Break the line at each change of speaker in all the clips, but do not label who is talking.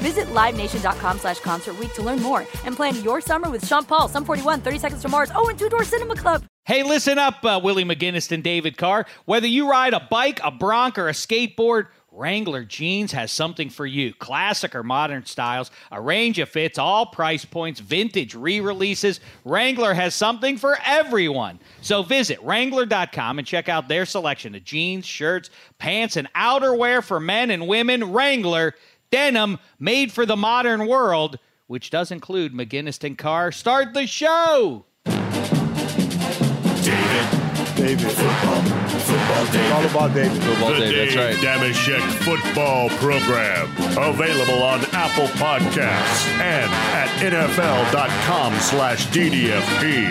Visit LiveNation.com slash Concert Week to learn more and plan your summer with Sean Paul, Sum 41, 30 Seconds to Mars, oh, and Two Door Cinema Club.
Hey, listen up, uh, Willie McGinnis and David Carr. Whether you ride a bike, a bronc, or a skateboard, Wrangler Jeans has something for you. Classic or modern styles, a range of fits, all price points, vintage re releases. Wrangler has something for everyone. So visit wrangler.com and check out their selection of jeans, shirts, pants, and outerwear for men and women. Wrangler, denim made for the modern world, which does include McGinnis and Carr. Start the show!
David. Football. Football David.
All about David.
the
Football
Dave Damashek Football Program. Available on Apple Podcasts and at NFL.com slash DDFP.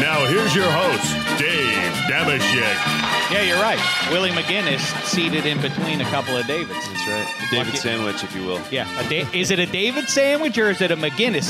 Now here's your host, Dave Damashek.
Yeah, you're right. Willie McGinnis seated in between a couple of Davids.
That's right. A David
Lucky-
sandwich, if you will.
Yeah. A da- is it a David sandwich or is it a McGinnis
Ah,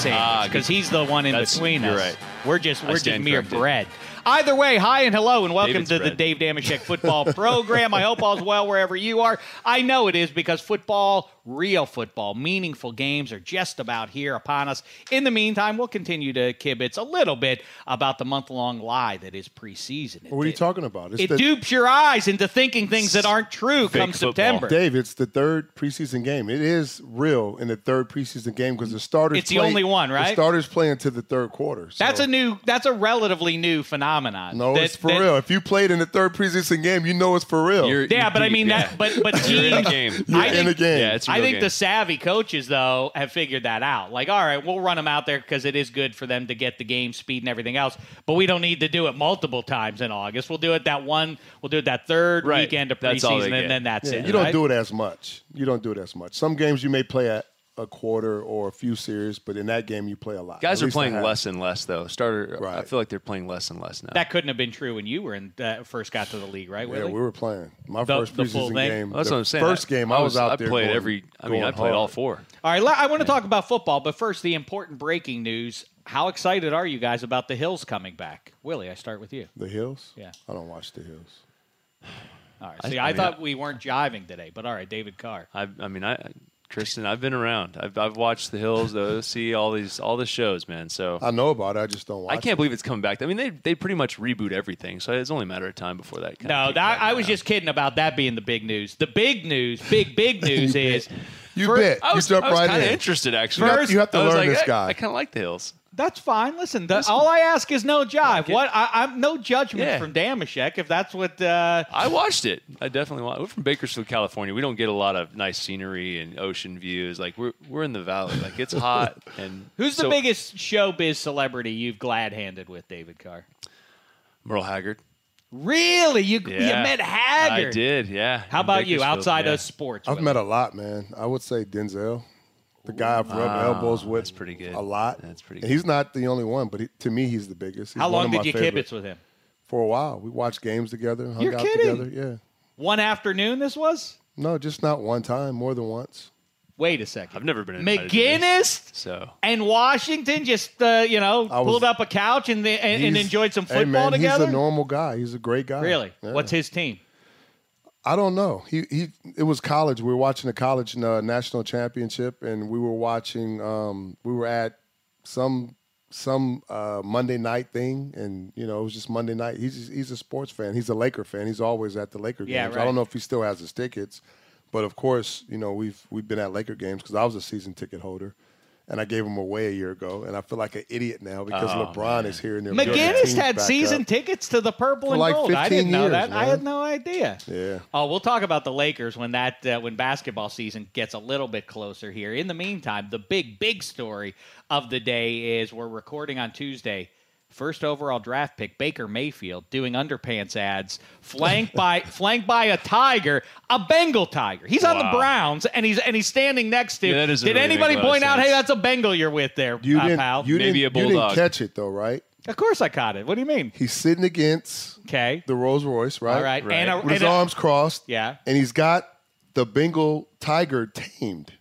sandwich? Because he's the one in
That's-
between
you're
us.
right.
We're just
I
we're just
stand
mere
corrected.
bread. Either way, hi and hello, and welcome
David's
to the
bread.
Dave Damashek football program. I hope all's well wherever you are. I know it is because football, real football, meaningful games are just about here upon us. In the meantime, we'll continue to kibitz a little bit about the month long lie that is preseason. It,
What are you talking about? It's
it
the,
dupes your eyes into thinking things that aren't true come
football.
September.
Dave, it's the third preseason game. It is real in the third preseason game because the starters.
It's the
play-
only one, right?
The starters play into the third quarter. so-
That's a new. That's a relatively new phenomenon.
no.
That-
it's for
that-
real. If you played in the third preseason game, you know it's for real.
You're-
Yeah,
you're
but I
deep,
mean
yeah.
that. But but
You're in the
teams.
game.
You're
I
in
think-
the game.
Yeah, it's a
I
real
think
game.
the savvy coaches though have figured that out. Like, all right, we'll run them out there because it is good for them to get the game speed and everything else. But we don't need to do it multiple times in August. We'll do it that one. We'll do it that third
Right.
weekend of
That's all they
preseason,
get.
and then that's
Yeah,
it.
you don't
right?
do it as much. You don't do it as much. Some games you may play a, a quarter or a few series, but in that game you play a lot.
Guys
At
are
least I
playing
have.
less and less, though. Starter, I
Right.
feel like they're playing less and less now.
That couldn't have been true when you were in uh, first got to the league, right?
Yeah,
Willie?
we were playing my
The-
first
the full
preseason
thing?
game.
Well, that's
the
what I'm saying.
First game, I, was, out there.
I played
going-
every. I mean,
going
I played all
hard.
four.
All right, I want to talk about football, but first the important breaking news. How excited are you guys about the Hills coming back? Willie, I start with you.
The Hills?
Yeah.
I don't watch The Hills.
All right.
I-
See,
I
I,
mean,
thought we weren't jiving today, but all right, David Carr.
I, I mean, I, Kristen, I've been around. I've, I've watched the Hills, the OC, all these, all the shows, man. So
I know about it. I just don't watch
I can't believe it's coming back. I mean, they they pretty much reboot everything, so it's only a matter of time before that. Kind
No, that, I was just kidding about that being the big news. The big news, big big news is
it. You
First-
bet.
I was,
you jump
I was
right
kind of
in.
interested actually.
You have- you have to
I was
learn
like,
this
I-
guy.
I, kind of like the Hills.
that's fine. Listen, the, all I ask is no jive. What I, I'm no judgment
Yeah.
from Damashek if that's what. Uh,
I watched it. I definitely watched. We're from Bakersfield, California. We don't get a lot of nice scenery and ocean views. Like we're we're in the valley. Like it's hot. And
who's the
so-
biggest showbiz celebrity you've glad handed with, David Carr?
Merle Haggard?
Really, you, you met Haggard?
I did. Yeah.
How
in
about you
Bakersfield,
outside
yeah.
of sports?
I've
Willie?
met a lot, man. I would say Denzel, the guy I've rubbed elbows with.
that's pretty good.
A lot.
That's pretty
And he's not the only one, but he, to me, he's the biggest. He's
How
one
long
of
did
my
you
favorite.
kibitz with him?
For a while, we watched games together, hung
You're
out
kidding.
together. Yeah.
One afternoon, this was.
No, just not one time, more than once.
Wait a second.
I've never been invited to
McGinnis
So
and Washington just uh, you know
I was-
pulled up a couch and they, and, and
He's-
enjoyed some football
hey man,
together.
He's a normal guy. He's a great guy.
really?
Yeah.
What's his team?
I don't know. He he. It was college. We were watching the college uh, national championship, and we were watching. Um, we were at some some uh, Monday night thing, and you know it was just Monday night. He's he's a sports fan. He's a Laker fan. He's always at the Laker
Yeah,
games.
right.
I don't know if he still has his tickets, but of course, you know we've we've been at Laker games because I was a season ticket holder. And I gave them away a year ago, and I feel like an idiot now because LeBron is here and they're building
Oh, McGinnis
teams
had
back up.
season tickets to the purple and
like
gold. I
15
didn't know
years,
that. I
man.
had no idea.
Yeah.
Oh, we'll talk about the Lakers when that uh, when basketball season gets a little bit closer here. In the meantime, the big big story of the day is we're recording on Tuesday. First overall draft pick Baker Mayfield doing underpants ads, flanked by flanked by a tiger, a Bengal tiger. He's on the
Wow.
Browns and he's and he's standing next to.
Yeah, that doesn't
Did
really make
anybody
a lot of
point out? Hey,
sense.
that's a Bengal you're with there,
You
uh,
didn't.
pal.
You
Maybe
didn't,
a
you didn't
bulldog.
catch it though, right?
of course I caught it. What do you mean?
He's sitting against
Okay.
the Rolls Royce, right?
All right.
Right.
And a,
With his
and a-
arms crossed.
Yeah.
And he's got the Bengal tiger tamed.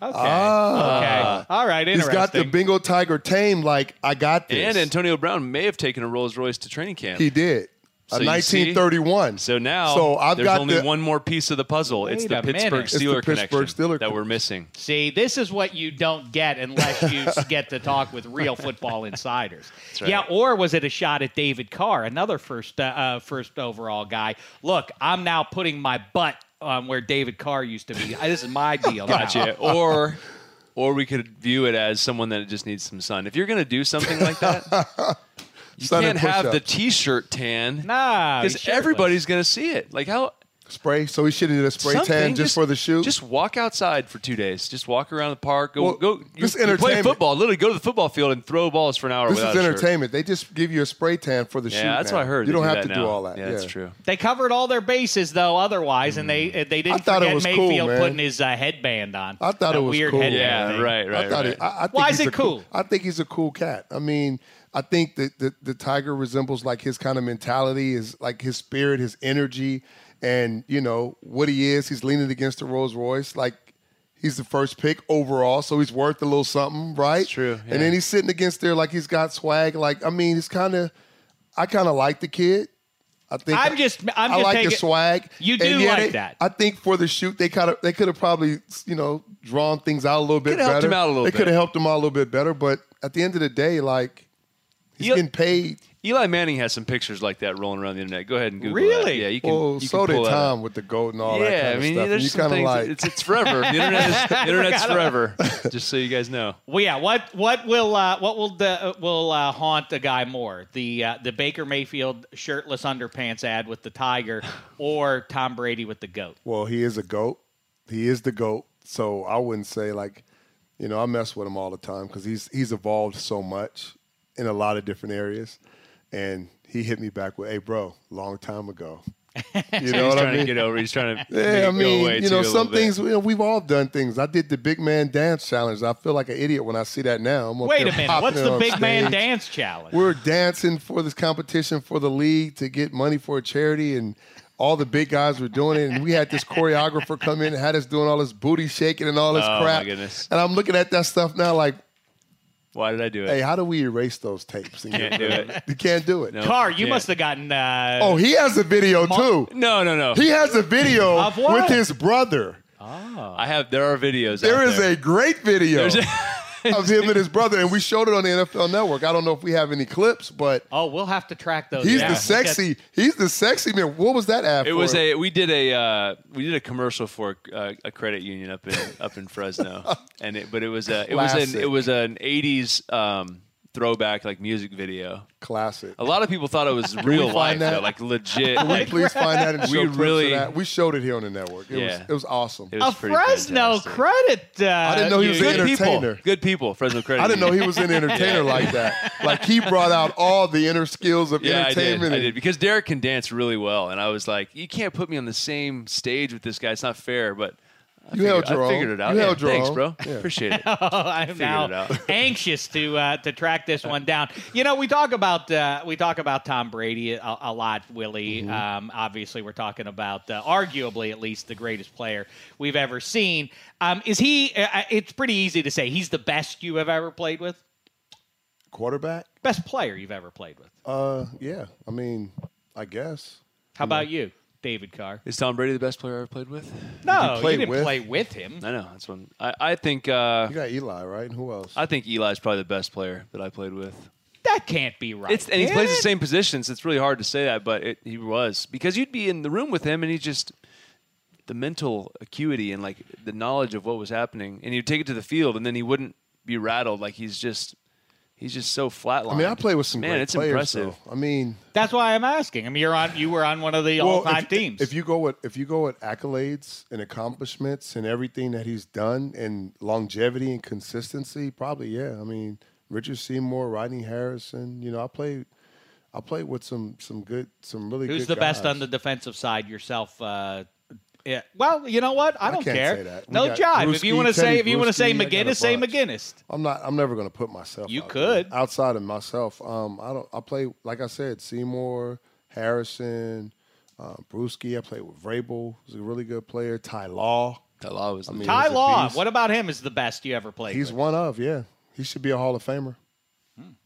Okay.
Ah.
okay. All right.
He's
Interesting.
got the Bengal tiger tamed. Like I got this.
and Antonio Brown may have taken a Rolls Royce to training camp.
he did.
So
A
you see?
1931.
So now
So I've
there's
got
only
the-
one more piece of the puzzle. It's
Wait
the
a minute.
Pittsburgh
It's the
Steeler
Pittsburgh
connection
Steeler
that we're
connection.
missing.
See, this is what you don't get unless you get to talk with real football insiders.
right.
Yeah, or was it a shot at David Carr, another first uh, uh, first overall guy? Look, I'm now putting my butt on where David Carr used to be. Uh, this is my deal. now.
Gotcha. or or we could view it as someone that just needs some sun. If you're going to do something like that, you
Sun and
can't have the
push-ups.
t-shirt tan.
Nah, he's
Because
shirtless.
everybody's going to see it. Like how
Spray. So he should have did a spray
something,
tan just, for the shoot.
Just walk outside for two days. Just walk around the park. Go
Well,
go. You,
this
you play
entertainment-
football. Literally go to the football field and throw balls for an hour.
this
without
is
a shirt.
entertainment. They just give you a spray tan for the shoot.
Yeah, that's
now.
what I heard.
You
They
don't
do
have to
that
do
now.
all that.
Yeah, that's true.
They covered all their bases though. Otherwise, and they they
Hmm. I
didn't
thought it
forget
was cool,
Mayfield
man.
putting his uh, headband on.
I thought
That
it was
weird
cool.
headband
Yeah,
thing.
right, right,
I thought
right.
it, I, I think
Why
he's
is it
a cool?
cool?
I think he's a cool cat. I mean, I think that the, the tiger resembles like his kind of mentality, is like his spirit, his energy, and you know what he is. He's leaning against the Rolls Royce, like. He's the first pick overall, so he's worth a little something, right?
true, yeah.
And then he's sitting against there like he's got swag. Like I mean, he's kind of, I kind of like the kid. I think
I'm just- I'm
I
just
like
taking-
his swag.
You do
And yeah,
like
they-
that.
I think for the shoot, they kind of they could have probably you know drawn things out a little bit
Coulda helped
better.
him out a little
they
bit.
could have helped him out a little bit better, but at the end of the day, like he's
Yeah.
getting paid.
Eli Manning has some pictures like that rolling around the internet. Go ahead and Google that.
Really?
Yeah, you can.
Well,
you can
so
pull
did
that up.
Tom with the goat and all that
Yeah,
kind
I
of
mean,
stuff. And
there's
you
some
kind of
things.
like
it's, it's forever. The internet is, the internet's forever. Just so you guys know.
Well, yeah. What what will uh, what will the, uh, will uh, haunt a guy more? The uh, the Baker Mayfield shirtless underpants ad with the tiger, or Tom Brady with the goat?
well, he is a goat. He is the goat. So I wouldn't say like, you know, I mess with him all the time because he's he's evolved so much in a lot of different areas, and he hit me back with, "Hey, bro, long time ago." You know
He's
what I
trying
mean?
to get over. He's trying to. make it
Yeah,
go
I
away
mean, you
too,
know,
a little
some
bit.
things you know, we've all done things. I did the big man dance challenge. I feel like an idiot when I see that now. I'm up
Wait
there
a minute.
popping
What's
it
the
on
big man
stage.
dance challenge?
We're dancing for this competition for the league to get money for a charity, and all the big guys were doing it. And we had this choreographer come in and had us doing all this booty shaking and all this
Oh, my
crap.
goodness.
And I'm looking at that stuff now, like,
Why did I do it?
hey, how do we erase those tapes? And
Can't do it.
You can't do it.
Car, you
Yeah.
must have gotten. Uh,
Oh, he has a video too.
No, no, no.
He has a video
Of what?
with his brother.
I have. There are videos.
There
out
is a great video
There's
of him and his brother, and we showed it on the NFL Network. I don't know if we have any clips, but
Oh, we'll have to track those.
he's
down.
the sexy. He's the sexy man. What was that ad?
It
for?
was a we did a uh, we did a commercial for uh, a credit union up in up in Fresno, and it but it was a it was an
Classic.
it was an '80s um, throwback like music video.
classic.
A lot of people thought it was real life,
find that?
though, like legit. like,
Please find that and show
We
clips of
really-
that. We showed it here on the network. It was
Yeah.
it was awesome.
it
A
was pretty
Fresno
fantastic.
credit. Uh,
I didn't know he was an
Good people,
entertainer.
good people, Fresno credit.
I didn't know
Union.
he was an entertainer like that. Like he brought out all the inner skills of
Yeah, I did.
entertainment.
I
and-
did because Derek can dance really well, and I was like, you can't put me on the same stage with this guy. It's not fair. But
You held
I
your
figured it
own.
out.
You
Yeah,
held your
thanks,
own.
bro.
Yeah.
Appreciate it.
I'm
it
now
out.
anxious to uh, to track this one down. You know, we talk about uh, we talk about Tom Brady a, a lot, Willie. Um, obviously, we're talking about uh, arguably at least the greatest player we've ever seen. Um, is he? Uh, it's pretty easy to say he's the best you have ever played with,
Quarterback?
best player you've ever played with.
Uh, yeah. I mean, I guess.
How about you, David Carr?
Is Tom Brady the best player I ever played with?
No, you,
play
didn't
with?
play with him.
I know that's one. I, I think uh,
You got Eli, right? And who else?
I think Eli's probably the best player that I played with.
That can't be right.
It's and he
can
plays
it?
the same positions. It's really hard to say that, but it, he was because you'd be in the room with him, and he just the mental acuity and like the knowledge of what was happening, and he'd take it to the field, and then he wouldn't be rattled. Like he's just he's just so flatlined.
I mean, I played with some
man.
great
it's
players.
impressive.
though. I mean,
That's why I'm asking. I mean, you're on. You were on one of the all-time
if,
teams.
If you go with if you go with accolades and accomplishments and everything that he's done and longevity and consistency, probably yeah. I mean, Richard Seymour, Rodney Harrison. You know, I played I played with some some good some really
Who's the
good
best
guys.
on the defensive side yourself? Uh, yeah. Well, you know what? I don't
can't
care.
say that. We
No
got
jive. if you
Brewski,
want to say,
Teddy
if you want to say
Brewski, I got a
McGinnis, say
bunch.
McGinnis.
I'm not. I'm never going to put myself.
You
out
could.
there. outside of myself. Um, I don't. I play like I said, Seymour, Harrison, uh, Brewski. I played with Vrabel. Who's a really good player. Ty Law.
That law was.
mean,
Ty
he's a
Law.
beast.
What about him? Is the best you ever played?
He's
with?
one of. Yeah, he should be a Hall of Famer.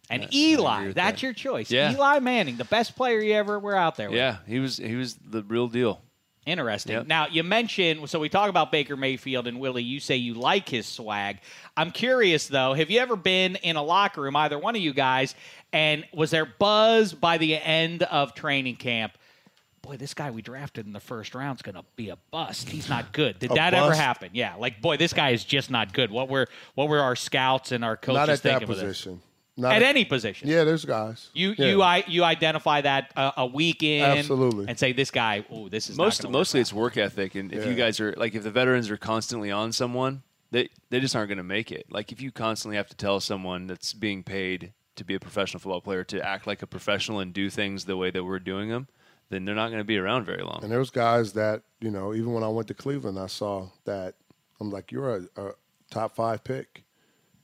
and Eli. That's your choice.
Yeah.
Eli Manning, the best player you ever were out there. with.
yeah, he was he was the real deal.
Interesting.
Yep.
Now you mentioned so we talk about Baker Mayfield and Willie. You say you like his swag. I'm curious though. Have you ever been in a locker room, either one of you guys, and was there buzz by the end of training camp? Boy, this guy we drafted in the first round's gonna be a bust. He's not good. Did that ever
bust?
happen? Yeah. Like, boy, this guy is just not good. What were what were our scouts and our coaches
Not at that
thinking of this?
position. Not
At any position.
Yeah, there's guys.
You
Yeah.
you I you identify that uh, a week in
Absolutely.
and say this guy. Oh, this is not
Most
gonna work out."
mostly it's work ethic, and if you
Yeah.
guys are like if the veterans are constantly on someone, they they just aren't going to make it. Like if you constantly have to tell someone that's being paid to be a professional football player to act like a professional and do things the way that we're doing them, then they're not going to be around very long.
And there's guys that you know. Even when I went to Cleveland, I saw that. I'm like, you're a, a top five pick,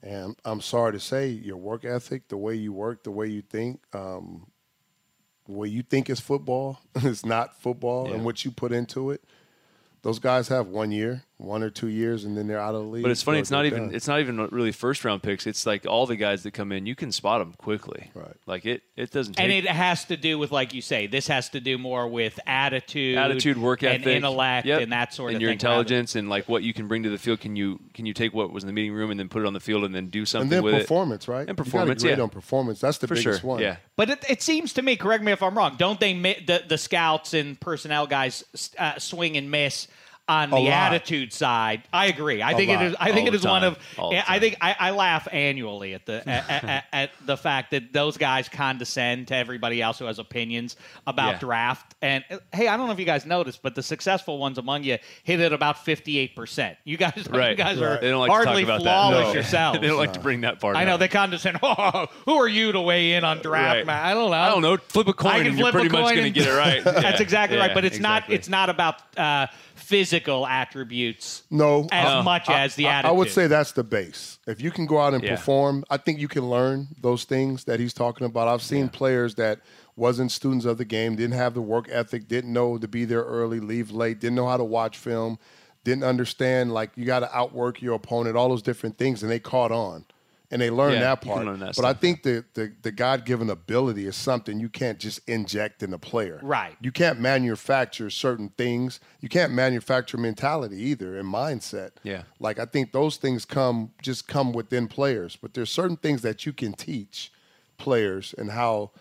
and I'm sorry to say, your work ethic, the way you work, the way you think, um, the way you think is football is not football, and what you put into it. Those guys have one year, one or two years, and then they're out of the league.
But it's funny.
or
It's not
they're
even
done.
it's not even really first round picks. It's like all the guys that come in, you can spot them quickly.
Right.
Like it it doesn't. Take,
And it has to do with, like you say, this has to do more with attitude,
attitude, work ethic,
and intellect,
Yep.
and that sort
and
of
your
thing. rather-
intelligence, and like what you can bring to the field. Can you can you take what was in the meeting room and then put it on the field and then do something
And then
with
performance,
it? And
right? You gotta
performance,
grade
yeah,
on performance. That's the
for sure,
biggest one.
yeah.
But it, it seems to me, correct me if I'm wrong. Don't they mi- the the scouts and personnel guys uh, swing and miss? On the
lot.
attitude side, I agree. I think
lot.
it is. I think
All
it
the
is one
time.
of.
All the
I think I, I laugh annually at the at, at, at the fact that those guys condescend to everybody else who has opinions about
Yeah.
draft. And uh, hey, I don't know if you guys noticed, but the successful ones among you hit it about fifty eight percent. You guys, you
Right.
guys are
They don't like to talk
hardly
about that.
flawless
No.
yourselves.
they don't
Oh,
like to bring that part.
I know
up.
they condescend. Oh, who are you to weigh in on draft?
Right.
Man? I don't know.
I don't know. Flip a coin,
I can
and
flip
you're pretty
a coin
much going to
and-
get it right.
That's
Yeah.
exactly right.
Yeah,
But it's not.
exactly.
It's not about uh, physical attributes
No,
as
Uh,
I-
much as the
I-
attitude.
I would say that's the base. If you can go out and
Yeah.
perform, I think you can learn those things that he's talking about. I've seen players that wasn't students of the game, didn't have the work ethic, didn't know to be there early, leave late, didn't know how to watch film, didn't understand like you got to outwork your opponent, all those different things, and they caught on. And they learned
Yeah,
that
you can
part.
learn that
but I
stuff.
think the, the, the God given ability is something you can't just inject in a player.
Right.
You can't manufacture certain things. You can't manufacture mentality either and mindset.
Yeah.
Like I think those things come just come within players, but there's certain things that you can teach players and how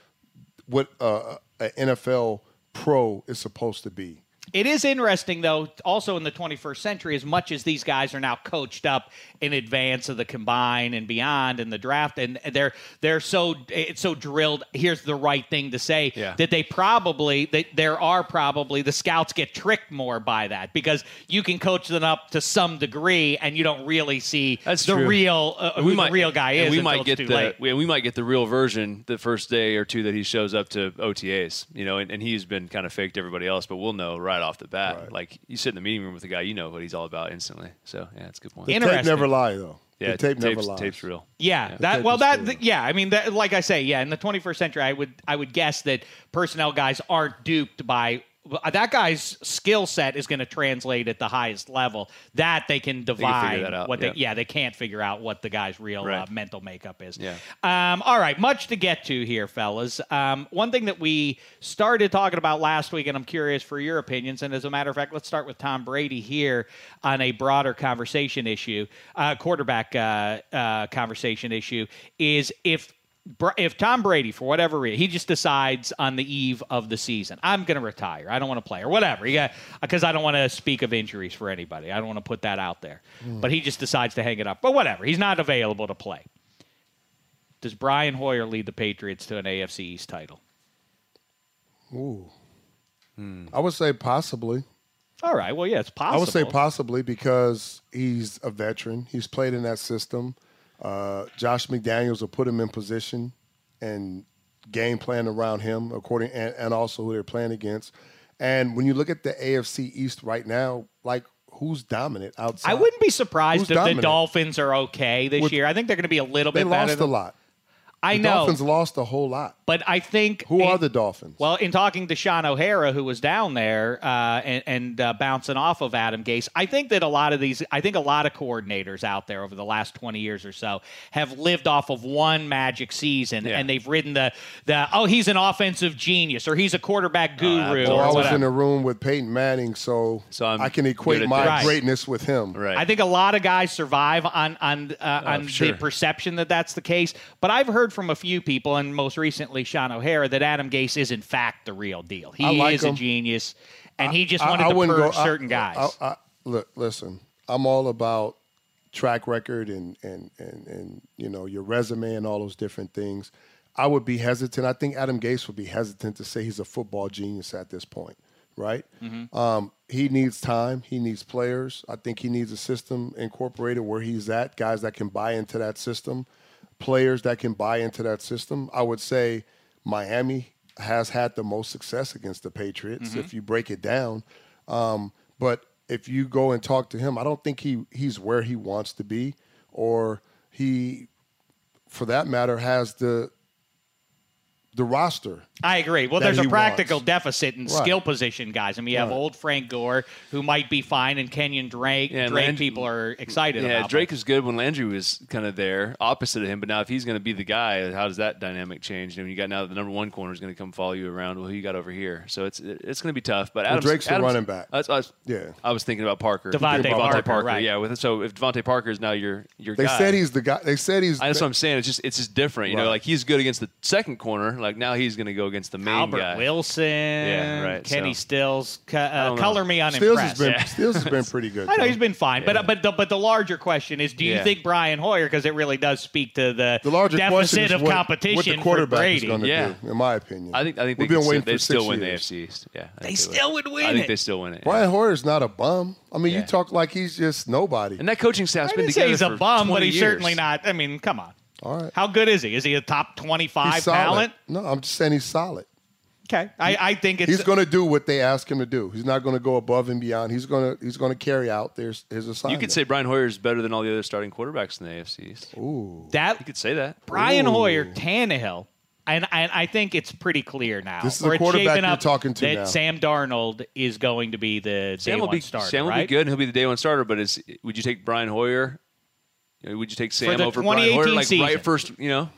what uh, an NFL pro is supposed to be.
It is interesting, though, also in the 21st century, as much as these guys are now coached up in advance of the combine and beyond and the draft, and they're they're so it's so drilled. Here's the right thing to say
Yeah.
that they probably that there are probably the scouts get tricked more by that because you can coach them up to some degree and you don't really see
That's
the
true.
real uh,
And
who the real guy
and
is.
We
until
might
it's
get
too
the
late.
We, we might get the real version the first day or two that he shows up to OTAs. You know, and, and he's been kind of faked everybody else, but we'll know right off the bat. Like you sit in the meeting room with a guy, you know what he's all about instantly. So yeah, that's a good point.
Yeah,
The tape
Interesting.
never lie though.
yeah,
the tape never
tape's,
lies.
Tape's real.
Yeah, that
tape
well
is
that
true.
th- yeah, I mean that like I say, yeah, in the 21st century I would I would guess that personnel guys aren't duped by uh, that guy's skill set is going to translate at the highest level. That they can divide
that out,
what
yeah.
they yeah, they can't figure out what the guy's real uh,
Right.
mental makeup is.
Yeah.
Um, all right, much to get to here, fellas. Um, one thing that we started talking about last week, and I'm curious for your opinions. And as a matter of fact, let's start with Tom Brady here on a broader conversation issue, uh, quarterback uh, uh, conversation issue, is if. Br- If Tom Brady, for whatever reason, he just decides on the eve of the season, I'm going to retire. I don't want to play or whatever. Yeah, because I don't want to speak of injuries for anybody. I don't want to put that out there. But he just decides to hang it up. But whatever, he's not available to play does Brian Hoyer lead the Patriots to an AFC East title?
Ooh.
Hmm.
I would say possibly.
All right. Well, yeah, it's possible.
I would say possibly because he's a veteran. He's played in that system. Uh, Josh McDaniels will put him in position and game plan around him, according and, and also who they're playing against. And when you look at the AFC East right now, like who's dominant outside?
I wouldn't be surprised
Who's
if
dominant?
the Dolphins are okay this year. I think they're going to be a little
They
bit better.
lost a
than-
lot.
I
The
know,
Dolphins lost a whole lot.
but I think
Who are
and-
the Dolphins?
Well, in talking to Sean O'Hara, who was down there uh, and, and uh, bouncing off of Adam Gase, I think that a lot of these, I think a lot of coordinators out there over the last 20 years or so have lived off of one magic season
Yeah.
and they've ridden the, the, oh, he's an offensive genius or he's a quarterback
Oh,
guru.
absolutely.
Well, I was
whatever.
in a room with Peyton Manning, so,
So I'm
I can
good
equate
at
my
this.
Right.
greatness with him.
Right. Oh,
I think a lot of guys survive on on uh, on
sure.
the perception that that's the case. But I've heard from a few people, and most recently Sean O'Hara, that Adam Gase is in fact the real deal.
I
He
like
is
him.
a genius, and he just wanted to
wouldn't
purge
I-
certain guys.
I, I- look, listen, I'm all about track record and and and and you know your resume and all those different things. I would be hesitant. I think Adam Gase would be hesitant to say he's a football genius at this point, right?
Mm-hmm.
Um, he needs time. He needs players. I think he needs a system incorporated where he's at, guys that can buy into that system, players that can buy into that system. I would say Miami has had the most success against the Patriots if
Mm-hmm.
you break it down. Um, but if you go and talk to him, I don't think he he's where he wants to be, or he, for that matter, has the the roster.
I agree. Well,
that
there's a
he
practical
wants.
deficit in skill position guys. I mean, you have old Frank Gore who might be fine, and Kenyon Drake.
Yeah, and
Drake
Land-
people are excited
yeah,
about.
Drake
but-
is good when Landry was kind of there, opposite of him. But now, if he's going to be the guy, how does that dynamic change? I mean, you got now the number one corner is going to come follow you around. Well, who you got over here? So it's it's going to be tough. But Adams,
Drake's the
Adams-
running back.
I was, I was-
Yeah.
I was thinking about Parker,
Devontae Parker, right.
Yeah, with, so if Devontae Parker is now your your
They
guy,
said he's the guy. They said he's.
I, that's what I'm saying. It's just it's just different. You know,
Right.
like he's good against the second corner. Like now he's going to go against the main
Albert
guy.
Wilson,
right,
Kenny
so-
Stills, co- uh,
don't know.
color me unimpressed.
Stills has been
Yeah.
Stills has been pretty good.
I know
though.
he's been fine, but but the, but the larger question is, do you
Yeah.
think Brian Hoyer? Because it really does speak to the,
the larger question
deficit
is
of
what,
competition
what the
for
quarterback is
Brady.
going to
Yeah.
do, in my opinion.
I think I think
we've
they
been
could
waiting
still, they
for
still
six
win the
years.
AFC East. Yeah, I think
they still would win
I think
it.
they still win it. yeah.
Brian Hoyer's not a bum. I mean,
Yeah.
you talk like he's just nobody.
And that coaching staff's
I
been
didn't say
together
he's a
for
bum,
20
but he's
years.
certainly not. I mean, come on.
All right.
How good is he? Is he a top
He's
twenty-five
solid.
talent?
No, I'm just saying he's solid.
Okay, I, I think it's
He's going to do what they ask him to do. He's not going to go above and beyond. He's going to he's going to carry out their, his
You
assignment.
could say Brian Hoyer is better than all the other starting quarterbacks in the AFC East. You
that
could say that.
Brian Hoyer, Tannehill, and, and I think it's pretty clear now.
This is
or
the
it's
quarterback
shaping
you're
up
talking to
that
now.
Sam Darnold is going to be the day
Sam will
one
be
starter.
Sam will
right?
be good. and He'll be the day one starter. But is would you take Brian Hoyer? You know, Would you take Sam
the
over Brian
2018
Hoyer? Like
season.
right first, you know.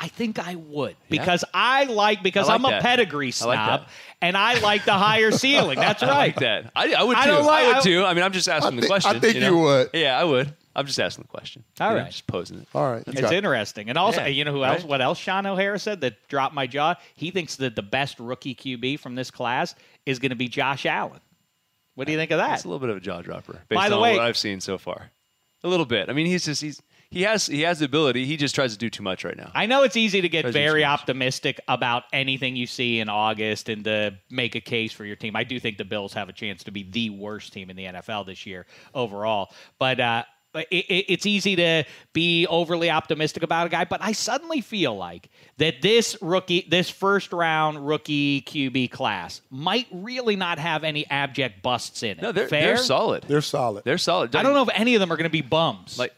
I think I would because I like because
I like
I'm a
that.
pedigree
I
snob
like that.
and I like the higher ceiling. That's right.
I like that. I, I would too.
I
I,
don't like-
would
I-
too. I mean, I'm just asking the
thi- I
question.
think
know?
you would.
Yeah, I would. I'm just asking the question.
All
You know,
right.
just posing it.
All right. you
It's
got it.
interesting. And also,
Yeah,
you know who
right?
else? What else Sean O'Hara said that dropped my jaw? He thinks that the best rookie QB from this class is going to be Josh Allen. What do you think of that?
It's a little bit of a jaw dropper based
By the
on
way-
what I've seen so far. A little bit. I mean, he's just he's he has he has the ability. He just tries to do too much right now.
I know it's easy to get
President's
very
speech.
optimistic about anything you see in August and to make a case for your team. I do think the Bills have a chance to be the worst team in the NFL this year overall. But uh, it, it, it's easy to be overly optimistic about a guy, but I suddenly feel like that this rookie, this first round rookie QB class might really not have any abject busts in it.
No, they're,
Fair?
they're solid.
They're solid.
They're solid.
I don't know if any of them are going to be bums.
Like,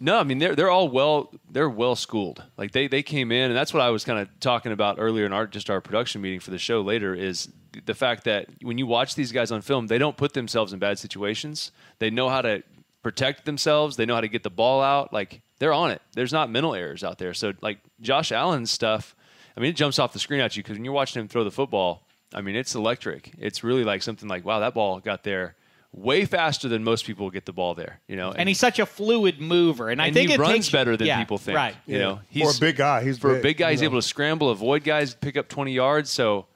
no, I mean they're they're all well they're well schooled. Like they they came in, and that's what I was kind of talking about earlier in our just our production meeting for the show later is the fact that when you watch these guys on film, they don't put themselves in bad situations. They know how to protect themselves. They know how to get the ball out. Like they're on it. There's not mental errors out there. So like Josh Allen's stuff, I mean it jumps off the screen at you because when you're watching him throw the football, I mean it's electric. It's really like something like wow that ball got there way faster than most people get the ball there. You know,
and he's such a fluid mover, and, I
and
think
he
it
runs
takes-
better than
yeah,
people think.
Right.
You know,
for a big guy, he's
for
big,
a big guy,
you
he's
know.
able to scramble, avoid guys, pick up twenty yards. So,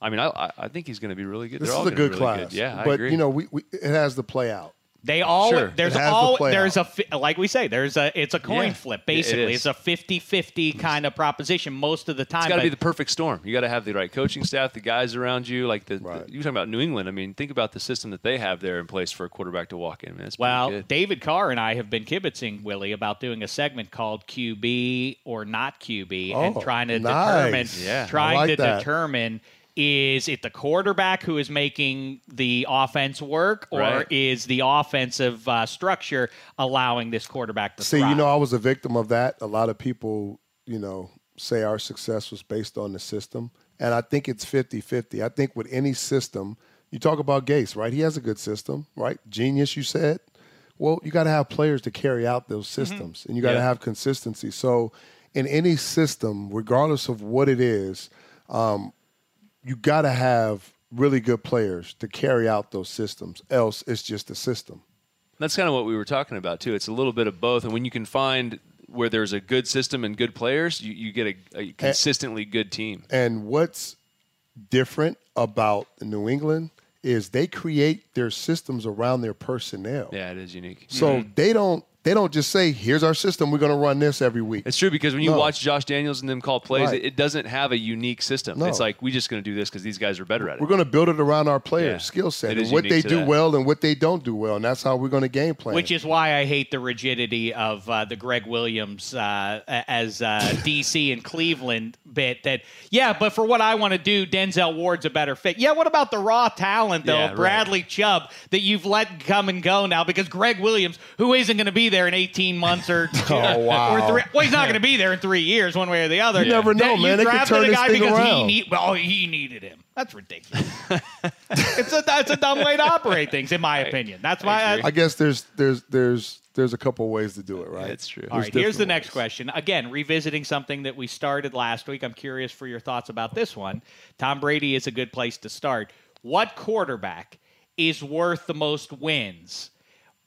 I mean, I- I I think he's going to be really good.
This
They're
is
all
a
gonna
good
be really
class.
Yeah,
but
I agree.
you know, we, we it has to play out.
They all
Sure.
there's
It has to
all
play
there's
out.
a fi- like we say there's a it's a coin
Yeah.
flip
Yeah, it
basically.
is.
it's a 50-50 kind of proposition most of the time.
it's got to
but-
be the perfect storm. You got to have the right coaching staff, the guys around you. Like the,
Right.
the you were talking about New England. I mean, think about the system that they have there in place for a quarterback to walk in. Man, it's pretty
Well,
good.
David Carr and I have been kibitzing Willie about doing a segment called QB or not QB and
Oh,
trying to
nice.
determine
Yeah. I
trying
like
to
that.
determine is it the quarterback who is making the offense work or
Right.
is the offensive uh, structure allowing this quarterback to
See, you
thrive?
know, I was a victim of that. A lot of people, you know, say our success was based on the system. And I think it's 50 50. I think with any system, you talk about Gase, right? He has a good system, right? Genius, you said. Well, you got to have players to carry out those systems and you got to have consistency. So, in any system, regardless of what it is, um, you got to have really good players to carry out those systems. Else, it's just a system.
That's kind of what we were talking about too. It's a little bit of both, and when you can find where there's a good system and good players, you, you get a,
Eh.
a consistently good team.
And what's different about New England is they create their systems around their personnel.
Yeah, it is unique.
So
Mm-hmm.
they don't they don't just say, "Here's our system. We're going to run this every week."
It's true because when you
No.
watch Josh Daniels and them call plays,
Right.
it, it doesn't have a unique system.
No.
It's like we're just going to do this because these guys are better at it.
we're going to build it around our players'
Yeah.
skill set
It
and
is
what
unique to
they do
that.
well and what they don't do well, and that's how we're going to game plan.
Which is why I hate the rigidity of uh, the Greg Williams uh, a- as uh, DC and Cleveland bit. That yeah, but for what I want to do, Denzel Ward's a better fit. Yeah, what about the raw talent though,
Yeah,
of
right.
Bradley Chubb that you've let come and go now because Greg Williams, who isn't going to be there in eighteen months or
Oh, wow.
or three, well, he's not going to be there in three years, one way or the other. You
never know, man. They could turn
a
this
guy
thing
because
around.
He need, well, he needed him. That's ridiculous. it's a that's a dumb way to operate things, in my opinion. That's why I,
I guess there's there's there's there's a couple ways to do it, right?
It's true.
all
There's
right, here's
different
the next
ways.
question. Again, revisiting something that we started last week. I'm curious for your thoughts about this one. Tom Brady is a good place to start. What quarterback is worth the most wins?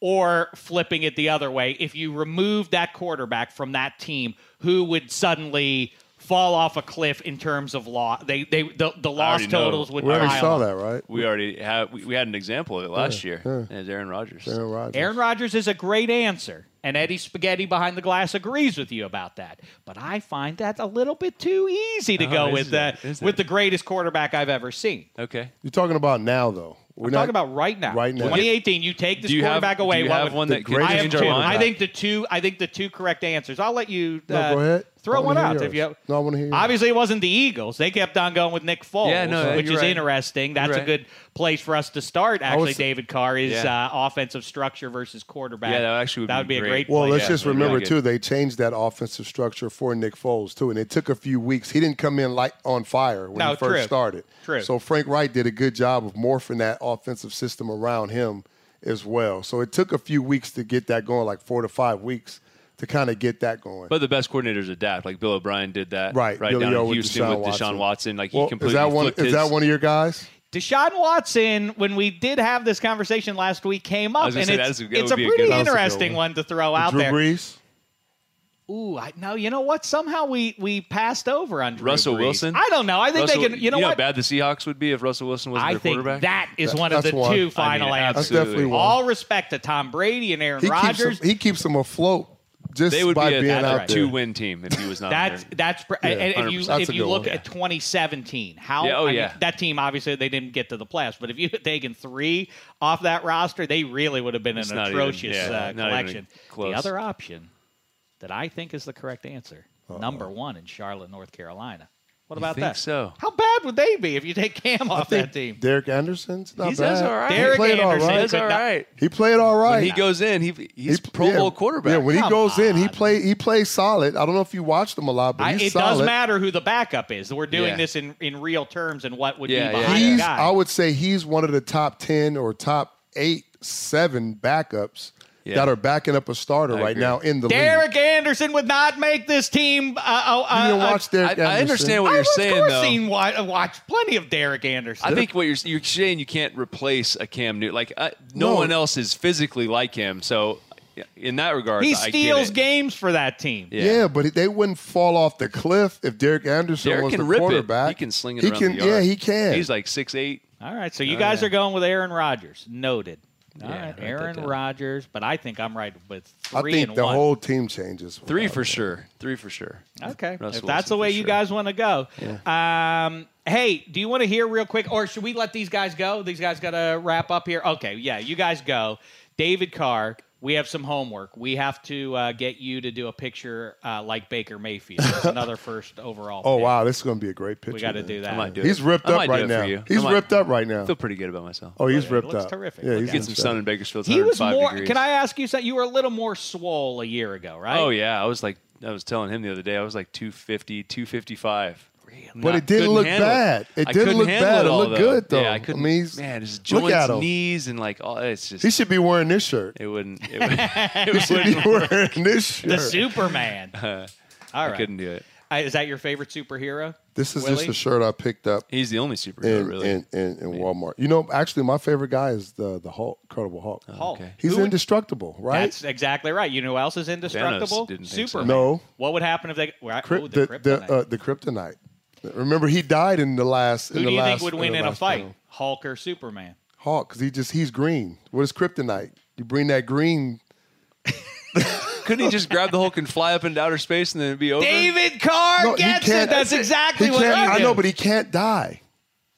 Or flipping it the other way, if you remove that quarterback from that team, who would suddenly fall off a cliff in terms of loss? They, they, the, the loss
already know.
totals would
We already
pile
saw
up.
that, right?
We already have we, we had an example of it last year as Aaron Rodgers.
Aaron Rodgers.
Aaron Rodgers is a great answer, and Eddie Spaghetti behind the glass agrees with you about that. But I find that a little bit too easy to go
Uh-huh. is
with the
it? Is
with
it?
the greatest quarterback I've ever seen.
Okay.
You're talking about now, though. We're
I'm
not-
talking about right now,
Right now.
2018. You take this
Do you have-
quarterback away.
do you
what would-
have one
the
that could
greatest
I have
change our
two.
mind?
I think the two. I think the two correct answers. I'll let you uh,
No, go ahead. I
throw
wanna
one
hear
out
yours.
if you. Have,
No, I wanna hear yours.
Obviously, it wasn't the Eagles. They kept on going with Nick Foles,
Yeah, no,
which
you're
is
right.
interesting. That's
You're
a
right.
good place for us to start. Actually,
was-
David Carr is
Yeah.
uh, offensive structure versus quarterback.
Yeah, that actually would
that would
be
be a
great.
great.
Well,
place.
let's
Yeah,
just
really
remember
good.
too, they changed that offensive structure for Nick Foles too, and it took a few weeks. He didn't come in like on fire when
No,
he first
true.
started.
True.
So Frank Wright did a good job of morphing that offensive system around him as well. So it took a few weeks to get that going, like four to five weeks to kind of get that going.
But the best coordinators adapt. Like Bill O'Brien did that.
right,
Right
Billy
down
O
in
with
Houston with Deshaun Watson. Like
Well,
he completely
is that one?
flipped
Is
his,
that one of your guys?
Deshaun Watson, when we did have this conversation last week, came up,
was gonna
and
say,
it's,
that is a- that
it's a
would be a good
pretty
one.
That was a good
interesting
one.
one to throw out
Drew
there.
Brees.
Ooh, I, no, you know what? Somehow we we passed over on Drew
Russell
Brees.
Wilson?
I don't know. I think
Russell-
they can. You know
how
what?
bad the Seahawks would be if Russell Wilson wasn't
I
their
think
quarterback.
that is one of
that's
the
one. I
two
mean,
final
absolutely.
answers.
That's definitely one.
All respect to Tom Brady and Aaron
He keeps
Rodgers.
them, he keeps them afloat. just
They would
by
be a,
being
that's
out
a
there.
two-win team if he was not
That's
there.
that's pr and if you
100%.
if
That's a
you
good
look
one.
at 2017, how
Yeah, oh,
I mean,
yeah.
that team obviously they didn't get to the playoffs, but if you had taken three off that roster, they really would have been
It's
an
not even-
atrocious
yeah, not
uh,
even
collection.
close.
The other option that I think is the correct answer, number one in Charlotte, North Carolina. What about
think
that?
so?
how bad would they be if you take Cam off that team?
Derek Anderson's not
He's
bad.
that's all right.
Derek
he played all
Anderson
right.
That's
could
all
not-
right.
He played all right.
When he goes in, he he's
He-
Pro
yeah.
Bowl quarterback.
Yeah, when he
Come
goes in, he
on.
play he plays solid. I don't know if you watched him a lot, but
I,
he's
it
solid.
does matter who the backup is. We're doing
Yeah.
this in, in real terms and what would
Yeah,
be
yeah,
behind
yeah.
the
He's,
guy.
I would say he's one of the top ten or top eight, seven backups
Yeah.
that are backing up a starter right
agree.
now in the league.
Derek Anderson would not make this team. Uh, uh,
You didn't
uh,
watch Derek
I,
Anderson.
I understand what
I've
you're
of
saying,
course
though.
seen watch, watch uh, plenty of Derek Anderson.
I think what you're you're saying you can't replace a Cam Newton. Like uh, no,
No.
one else is physically like him. So yeah, in that regard,
he
I get
steals
it.
games for that team.
Yeah.
Yeah. but they wouldn't fall off the cliff if Derek Anderson
Derek
was
can
the
rip
quarterback.
it. He can sling it
He
around
can,
the yard.
Yeah, he can.
He's like six eight.
All right, so you guys are going with Aaron Rodgers. Noted. All
Oh, Yeah,
right,
write that
Aaron
down.
Rodgers, but I think I'm right with
I
three
think
and
the
one.
whole team changes.
Three
without
for
him.
sure. Three for sure.
okay,
Russ
if that's
Wilson
the way
for
you
sure.
guys want to go. Um, hey, do you want to hear real quick, or should we let these guys go? These guys got to wrap up here. Okay, yeah, you guys go. David Carr, we have some homework. We have to uh, get you to do a picture uh, like Baker Mayfield. That's another first overall.
Oh
pick.
wow, this is going to be a great picture.
We got to
man.
do that.
I might do
He's
it.
ripped
I
up
might do
right
it
now.
For you.
He's
I might-
ripped up right
I
now.
feel pretty good about myself.
Oh, he's
It
ripped
looks
up.
terrific.
Yeah,
Look
he's
at
Get
it.
some
ripped
sun
up.
in Bakersfield.
He was
105
more.
Degrees.
Can I ask you something? You were a little more swole a year ago, right?
Oh yeah, I was like I was telling him the other day. I was like 250, 255.
But it didn't look bad. It didn't look bad. It looked good, though.
Yeah, I
I
couldn't.
mean, he's-
man, his
look
joints,
at him.
knees, and like all. It's just
He should be wearing this shirt.
it wouldn't. It, would,
He should be wearing this
the
shirt.
Superman. All
I
right.
couldn't do it.
Uh, Is that your favorite superhero?
This is
Willie?
just a shirt I picked up
He's the only superhero
in,
really.
in, in, in Walmart. You know, actually, my favorite guy is the the Hulk, Incredible Hulk.
Hulk.
okay.
Uh,
He's
Who would-
indestructible, right?
That's exactly right. You know who else is indestructible?
didn't think so.
Superman.
No.
What would happen if they? Well,
Crypt-
oh, the,
the
kryptonite.
the uh, the kryptonite. Remember, he died in the last.
who
in
do
the
you
last,
think would win
the
in a
last
fight,
round.
Hulk or Superman?
Hulk, because he just he's green. What is kryptonite? You bring that green.
Couldn't he just grab the Hulk and fly up into outer space and then it'd be over?
David Carr
No, he
gets it.
can't-
That's exactly
he
what
can't.
I
I
do.
know, but he can't die.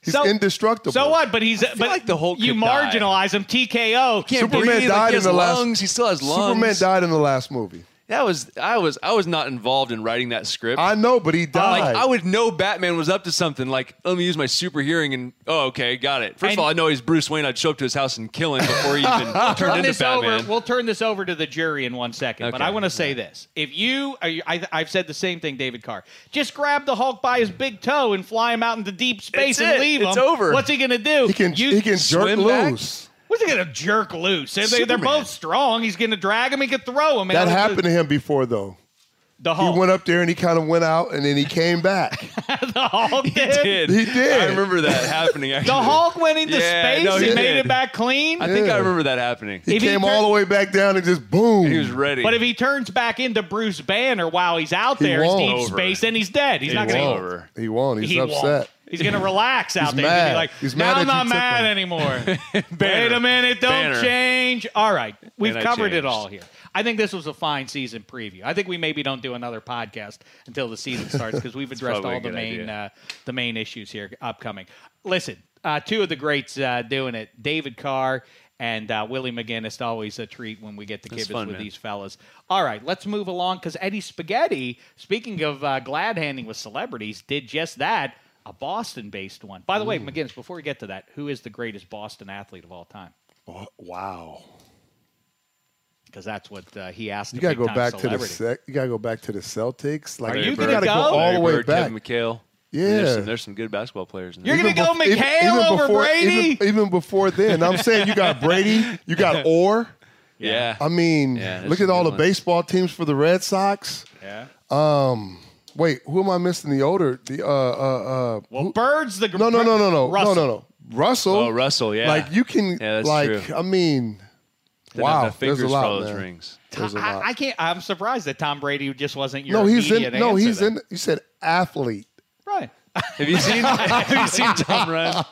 He's
So-
indestructible.
So what? But he's. but
like the Hulk
You
could die.
marginalize him. TKO.
Superman
breathe, like,
died
he
in
has
the last-
lungs. He still has lungs.
Superman died in the last movie.
That was I was I was not involved in writing that script.
I know, but he died.
Like I would know Batman was up to something. Like let me use my super hearing and oh okay got it. First
And-
of all, I know he's Bruce Wayne. I'd show up to his house and kill him before he even turned
turn
into
this
Batman.
over. We'll turn this over to the jury in one second. But
Okay.
I want to say this: if you, are you I, I've said the same thing, David Carr. Just grab the Hulk by his big toe and fly him out into deep space
That's
and
it.
leave
It's
him.
over.
What's he gonna do?
he can
You-
he can jerk
swim back?
loose.
What's he gonna jerk loose? If They, they're
Superman.
both strong. He's gonna drag him. He could throw him.
That
It'll just-
happened to him before, though.
The
He
Hulk.
went up there and he kind of went out and then he came back.
the Hulk did.
did.
He did.
I remember that happening. Actually.
The Hulk went into
Yeah,
space
no, he
and made
did.
it back clean.
I think I
Yeah.
remember that happening.
He
If he
came
tur-
all the way back down and just boom.
He was ready.
but if he turns back into Bruce Banner while he's out
He
there in
won't.
deep
Over.
space, then he's dead. He's
He
not going
won't.
to
over.
He won't. He's
he
upset.
Won't. He's gonna relax out
He's
there. He's gonna be
mad.
like,
He's
now
mad
I'm
that
not
you took
mad
him."
anymore. Wait
Banner.
a minute, don't
Banner.
change. All right, we've
And I
covered it
changed.
all here. I think this was a fine season preview. I think we maybe don't do another podcast until the season starts because we've addressed
probably
all
a
the
good
main
idea.
uh, the main issues here upcoming. Listen, uh, two of the greats uh, doing it, David Carr. And uh, Willie McGinnis, always a treat when we get to
That's
kibitz
fun,
with
man.
these fellas. All right, let's move along because Eddie Spaghetti, speaking of uh, glad handing with celebrities, did just that. A Boston based one. By the way, McGinnis, before we get to that, who is the greatest Boston athlete of all time?
Oh, wow.
Because that's what uh, he asked.
You
got
gotta go back to the sec- you gotta go back to the Celtics. Like
Are you
gotta
gonna
go
go?
all
Larry
the way
Bird,
back.
Kevin McHale.
Yeah.
There's some, there's some good basketball players. In there.
You're gonna go
bef- even-
McHale
even
over
before-
Brady?
Even, even before then, I'm saying you got Brady, you got Orr.
yeah.
I mean,
Yeah, there's
look
some
at all
good
the
ones.
baseball teams for the Red Sox.
Yeah.
Wait, who am I missing? The older, the uh, uh, uh.
Well, Bird's the
No, no, no, no, no,
Russell.
no, no, no. Russell.
Oh, Russell, yeah.
Like you can,
Yeah, that's
like
true.
I mean,
Didn't have
wow,
enough fingers
there's
for
a lot.
all those
man.
rings.
There's a
I,
lot.
I can't. I'm surprised that Tom Brady just wasn't your.
no, he's in.
immediate
No,
answer
he's
there.
in. You said athlete.
Right.
Have you seen? have you seen Tom run?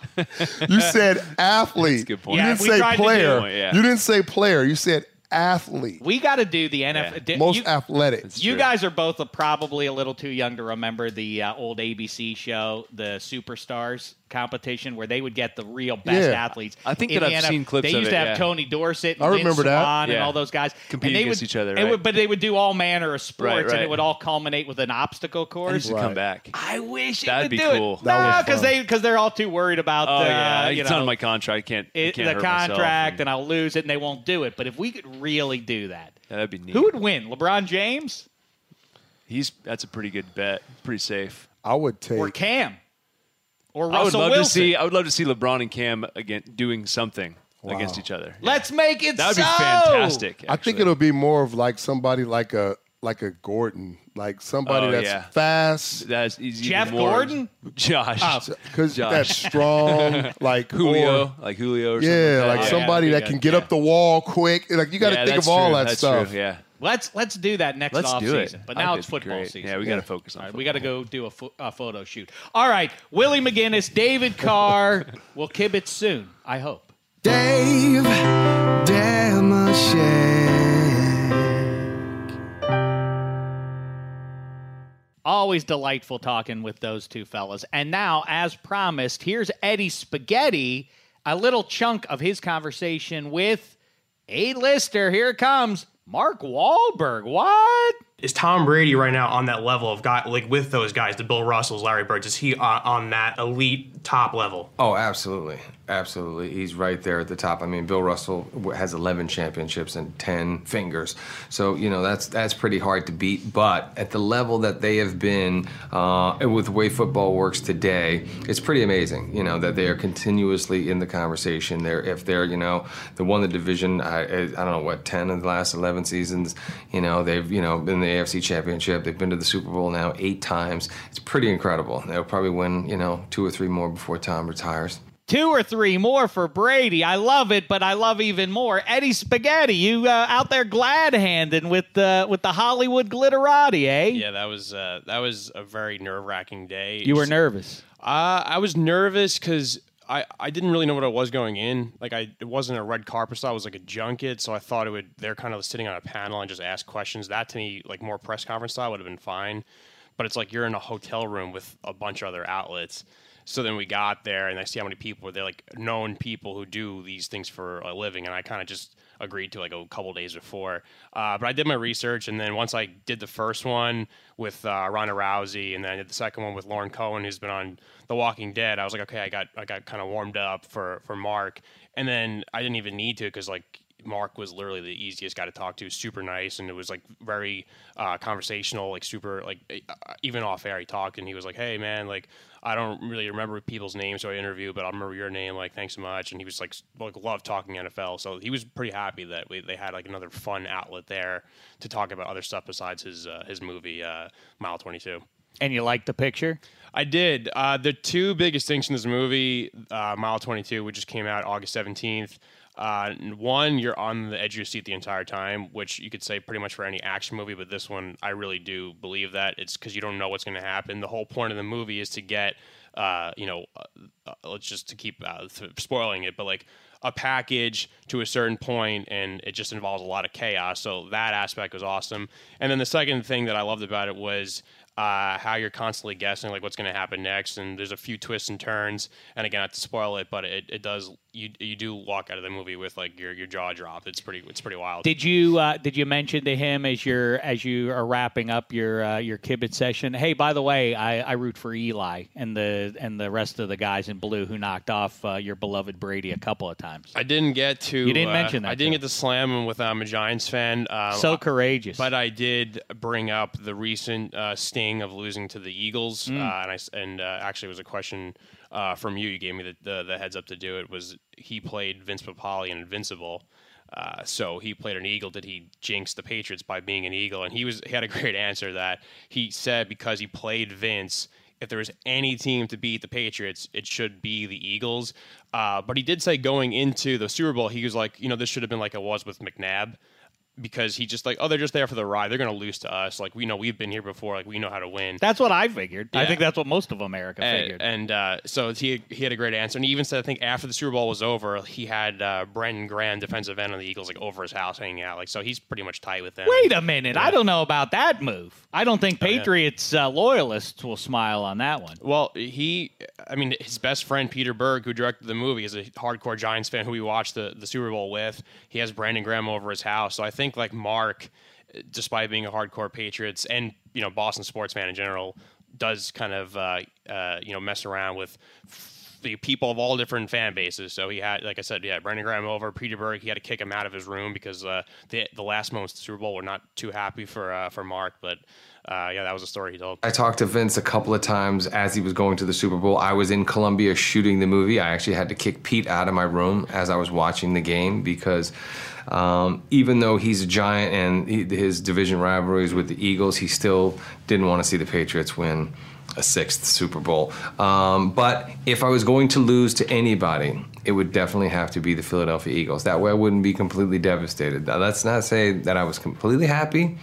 You said athlete.
good point.
You
Yeah,
didn't
we
say
tried to do
player.
it, yeah.
You didn't say player. You said athlete,
We got to do the NFL.
Yeah.
di-
most
you,
athletic.
you guys are both uh, probably a little too young to remember the uh, old ABC show, the Superstars competition, where they would get the real best
Yeah.
athletes.
I think
in
that
the
I've
NFL.
seen clips
They
of
used
it,
to have
yeah.
Tony Dorsett, and
I
Vince
remember that.
Swan and
Yeah.
all those guys
Compete
and they
against
would-
each other,
it
right?
would- but they would do all manner of sports,
Right,
and it
right.
would all culminate with an obstacle course.
to come back.
I wish
That'd
it would
be
do
cool.
it.
That
No,
was
because
fun.
they because they're all too worried about
Oh
uh,
yeah,
you
it's
know,
on my contract. I can't,
it,
can't
the
hurt myself.
contract, and I'll lose it, and they won't do it. But if we could really do that,
Yeah, that'd be neat.
who would win? LeBron James
He's that's a pretty good bet. Pretty safe.
I would take.
or Cam or Russell
I would love
Wilson?
to see. I would love to see LeBron and Cam again doing something against each other.
Let's make it.
that would be
so!
fantastic.
I think
actually.
it'll be more of like somebody like a like a Gordon, like somebody
Oh,
that's
yeah.
fast,
That's easy.
Jeff
more,
Gordon?
Josh,
because
Josh.
that's strong, like
Julio,
or-
like Julio, or
yeah,
something
like
that.
yeah,
somebody
that'd be
that can
good.
get
Yeah.
up the wall quick. Like you got to
Yeah,
think
that's
of all
true.
that
that's
stuff.
True. Yeah,
Let's let's do that next
let's
off
do it.
season. But
I
now
think
it's
that'd be
football
great.
season.
Yeah, we got to focus on.
All right,
football.
we got to go do a, pho- a photo shoot. All right, Willie McGinnis, David Carr will kibitz soon. I hope.
Dave Damashek.
Always delightful talking with those two fellas. And now, as promised, here's Eddie Spaghetti, a little chunk of his conversation with a lister. Here it comes Mark Wahlberg. What?
is Tom Brady right now on that level of guy like with those guys, the Bill Russells, Larry Birds? Is he on, on that elite top level?
Oh, absolutely. Absolutely. He's right there at the top. I mean, Bill Russell w- has 11 championships and 10 fingers. So, you know, that's that's pretty hard to beat. But at the level that they have been uh, and with the way football works today, it's pretty amazing, you know, that they are continuously in the conversation. They're, if they're, you know, they won the division, I, I I don't know, what, 10 of the last 11 seasons, you know, they've, you know, been in the AFC championship. They've been to the Super Bowl now eight times. It's pretty incredible. They'll probably win, you know, two or three more before Tom retires.
Two or three more for Brady. I love it, but I love even more Eddie Spaghetti. You uh, out there glad handing with the with the Hollywood glitterati, eh?
Yeah, that was uh, that was a very nerve wracking day.
You were nervous.
Uh, I was nervous because I, I didn't really know what I was going in. Like I it wasn't a red carpet style; it was like a junket. So I thought it would. They're kind of sitting on a panel and just ask questions. That to me, like more press conference style, would have been fine. But it's like you're in a hotel room with a bunch of other outlets. So then we got there, and I see how many people were there, like known people who do these things for a living. And I kind of just agreed to like a couple days before. Uh, but I did my research, and then once I did the first one with uh, Ronda Rousey, and then I did the second one with Lauren Cohen, who's been on The Walking Dead, I was like, okay, I got I got kind of warmed up for for Mark, and then I didn't even need to because like Mark was literally the easiest guy to talk to. Super nice, and it was like very uh, conversational, like super, like uh, even off air he talked, and he was like, "Hey man, like I don't really remember people's names who I interview, but I remember your name. Like thanks so much." And he was like, s- like loved talking NFL, so he was pretty happy that we, they had like another fun outlet there to talk about other stuff besides his uh, his movie uh, Mile Twenty Two.
And you liked the picture?
I did. Uh, the two biggest things in this movie, uh, Mile 22, which just came out August 17th. Uh, one, you're on the edge of your seat the entire time, which you could say pretty much for any action movie, but this one, I really do believe that it's because you don't know what's going to happen. The whole point of the movie is to get, uh, you know, uh, uh, let's just to keep uh, th- spoiling it, but like a package to a certain point and it just involves a lot of chaos so that aspect was awesome and then the second thing that i loved about it was uh, how you're constantly guessing like what's going to happen next and there's a few twists and turns and again not to spoil it but it, it does you you do walk out of the movie with like your, your jaw dropped it's pretty it's pretty wild
Did you uh, did you mention to him as you're as you are wrapping up your uh, your kibitz session? Hey, by the way, I, I root for Eli and the and the rest of the guys in blue who knocked off uh, your beloved Brady a couple of times.
i didn't get to
You didn't
uh,
mention that,
i didn't
though.
get to slam him with i'm a giants fan um,
so
I-
courageous.
But I did bring up the recent uh, sting of losing to the Eagles, uh, and I s- and uh, actually it was a question uh, from you. You gave me the, the the heads up to do it. Was he played Vince Papali in Invincible? Uh, so he played an eagle. Did he jinx the Patriots by being an eagle? And he was he had a great answer that he said because he played Vince. If there was any team to beat the Patriots, it should be the Eagles. Uh, but he did say going into the Super Bowl, he was like, you know, this should have been like it was with McNabb because he just like, oh, they're just there for the ride. They're going to lose to us. Like we know we've been here before. Like we know how to win.
That's what I figured. I
Yeah.
think that's what most of America figured.
And, and uh, so he he had a great answer, and he even said I think after the Super Bowl was over, he had uh, Brandon Graham, defensive end on the Eagles, like over his house hanging out. Like so, he's pretty much tight with them.
Wait a minute. I don't know about that move. I don't think Patriots uh, loyalists will smile on that one.
Well, he, I mean, his best friend Peter Berg, who directed the movie, is a hardcore Giants fan who we watched the, the Super Bowl with. He has Brandon Graham over his house, so I think like Mark, despite being a hardcore Patriots and you know Boston sports fan in general, does kind of uh, uh, you know mess around with the people of all different fan bases. So he had, like I said, yeah, Brandon Graham over Peter Berg. He had to kick him out of his room because uh, the the last moments of the Super Bowl were not too happy for uh, for Mark, but. Uh, yeah, that was a story he told.
I talked to Vince a couple of times as he was going to the Super Bowl. I was in Columbia shooting the movie. I actually had to kick Pete out of my room as I was watching the game because um, even though he's a giant and he, his division rivalries with the Eagles, he still didn't want to see the Patriots win a sixth Super Bowl. Um, but if I was going to lose to anybody, it would definitely have to be the Philadelphia Eagles. That way I wouldn't be completely devastated. Now, let's not say that I was completely happy,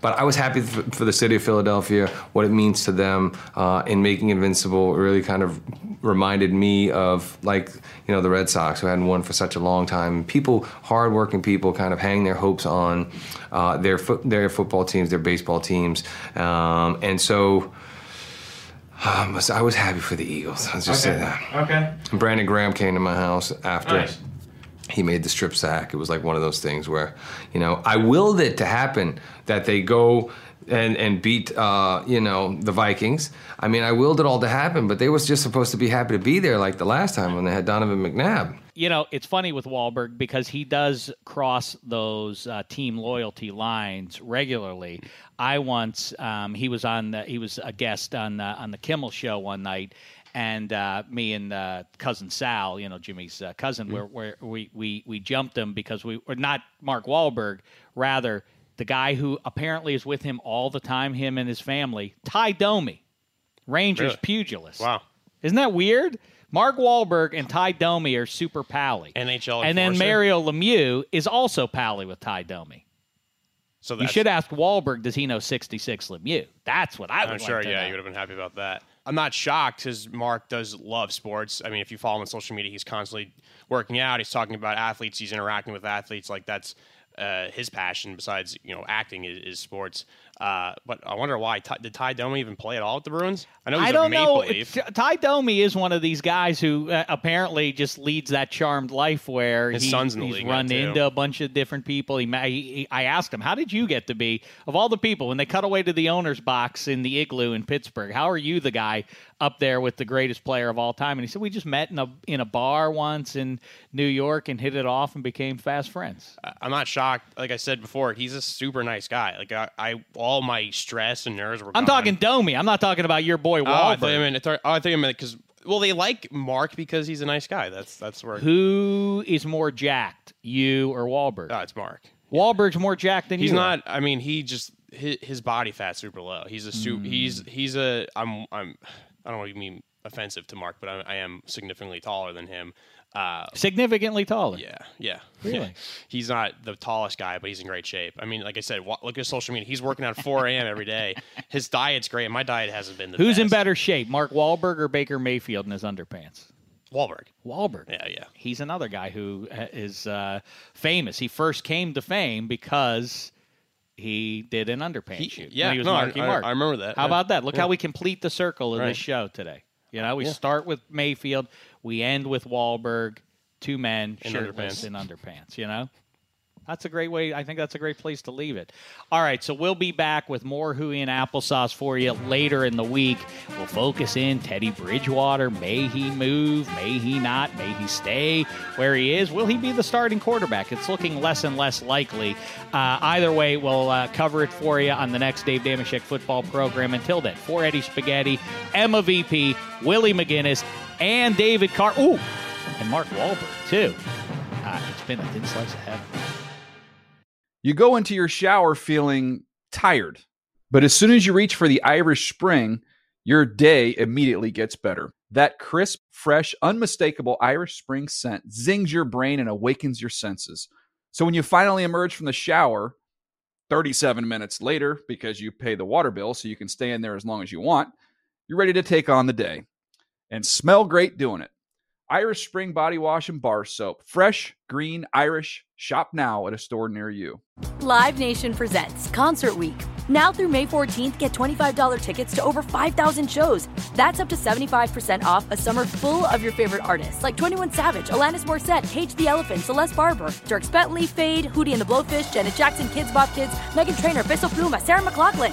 but I was happy for, for the city of Philadelphia, what it means to them uh, in making Invincible. It really kind of reminded me of, like, you know, the Red Sox, who hadn't won for such a long time. People, hardworking people, kind of hang their hopes on uh, their, foot their football teams, their baseball teams. Um, and so. Um, I was happy for the Eagles. Let's just say that.
Okay.
Brandon Graham came to my house after
Nice.
he made the strip sack. It was like one of those things where, you know, I willed it to happen that they go and and beat, uh, you know, the Vikings. I mean, I willed it all to happen, but they was just supposed to be happy to be there like the last time when they had Donovan McNabb.
You know, it's funny with Wahlberg because he does cross those uh, team loyalty lines regularly. I once um, he was on the, he was a guest on the, on the Kimmel show one night, and uh, me and uh, cousin Sal, you know Jimmy's uh, cousin, where where we we we jumped him because we or not Mark Wahlberg, rather the guy who apparently is with him all the time, him and his family, Ty Domi, Rangers
Really?
pugilist.
Wow.
Isn't that weird? Mark Wahlberg and Ty Domi are super pally.
NHL
And then
enforcer?
Mario Lemieux is also pally with Ty Domi.
So
You
that's,
should ask Wahlberg, does he know 66 Lemieux? That's what I would
I'm
like
sure,
to
yeah,
know.
you would have been happy about that. I'm not shocked because Mark does love sports. I mean, if you follow him on social media, he's constantly working out. He's talking about athletes. He's interacting with athletes. Like that's uh, his passion. Besides, you know, acting is, is sports. Uh, but I wonder why Ty, did Ty Domi even play at all with the Bruins? I know he's
I don't
a Maple
know.
Leaf.
T- Ty Domi is one of these guys who uh, apparently just leads that charmed life where
His
he-
son's in the
he's
league now,
run
too.
into a bunch of different people. He, ma- he, he- I asked him, "How did you get to be of all the people when they cut away to the owner's box in the igloo in Pittsburgh? How are you the guy up there with the greatest player of all time?" And he said, "We just met in a in a bar once in New York and hit it off and became fast friends."
I- I'm not shocked. Like I said before, he's a super nice guy. Like I, I all my stress and nerves were.
I'm
gone.
talking Domi. I'm not talking about your boy
Oh, I
Wahlberg.
thought you meant. I thought- Oh, I thought you meant because. Well, they like Mark because he's a nice guy. That's that's where.
Who is more jacked, you or Wahlberg?
Oh, it's Mark.
Wahlberg's more jacked than
He's
you. are.
not. I mean, he just his, his body fat's super low. He's a su-
Mm.
He's he's a. I'm I'm. I don't want to mean offensive to Mark, but I, I am significantly taller than him. Uh,
significantly taller.
yeah, yeah.
Really?
he's not the tallest guy, but he's in great shape. I mean, like I said, wa- look at social media. He's working out 4 a.m. every day. His diet's great. My diet hasn't been the
Who's in
best.
better shape, Mark Wahlberg or Baker Mayfield in his underpants?
Wahlberg.
Wahlberg.
Yeah, yeah.
He's another guy who uh, is uh, famous. He first came to fame because he did an underpants
He-
shoot.
yeah,
when he was
no, I-
Marky
I-
Mark.
I remember that,
How
yeah.
about that? Look how we complete the circle of
Right.
this show today. You know, we start with Mayfield, we end with Wahlberg, two men
In
shirtless
underpants.
in underpants. You know. That's a great way. I think that's a great place to leave it. All right, so we'll be back with more Huey and Applesauce for you later in the week. We'll focus in Teddy Bridgewater. May he move? May he not? May he stay where he is? Will he be the starting quarterback? It's looking less and less likely. Uh, either way, we'll uh, cover it for you on the next Dave Damashek football program. Until then, for Eddie Spaghetti, Emma VP, Willie McGinnis, and David Carr. Ooh, and Mark Wahlberg, too. Uh, it's been a thin slice of heaven.
You go into your shower feeling tired, but as soon as you reach for the Irish Spring, your day immediately gets better. That crisp, fresh, unmistakable Irish Spring scent zings your brain and awakens your senses. So when you finally emerge from the shower 37 minutes later, because you pay the water bill so you can stay in there as long as you want, you're ready to take on the day and smell great doing it. Irish Spring Body Wash and Bar Soap. Fresh, green, Irish. Shop now at a store near you.
Live Nation presents Concert Week. Now through May 14th, get $25 tickets to over 5,000 shows. That's up to 75% off a summer full of your favorite artists like 21 Savage, Alanis Morissette, Cage the Elephant, Celeste Barber, Dirk Bentley, Fade, Hootie and the Blowfish, Janet Jackson, Kids Bop Kids, Megan Trainor, Bissell Pluma, Sarah McLaughlin.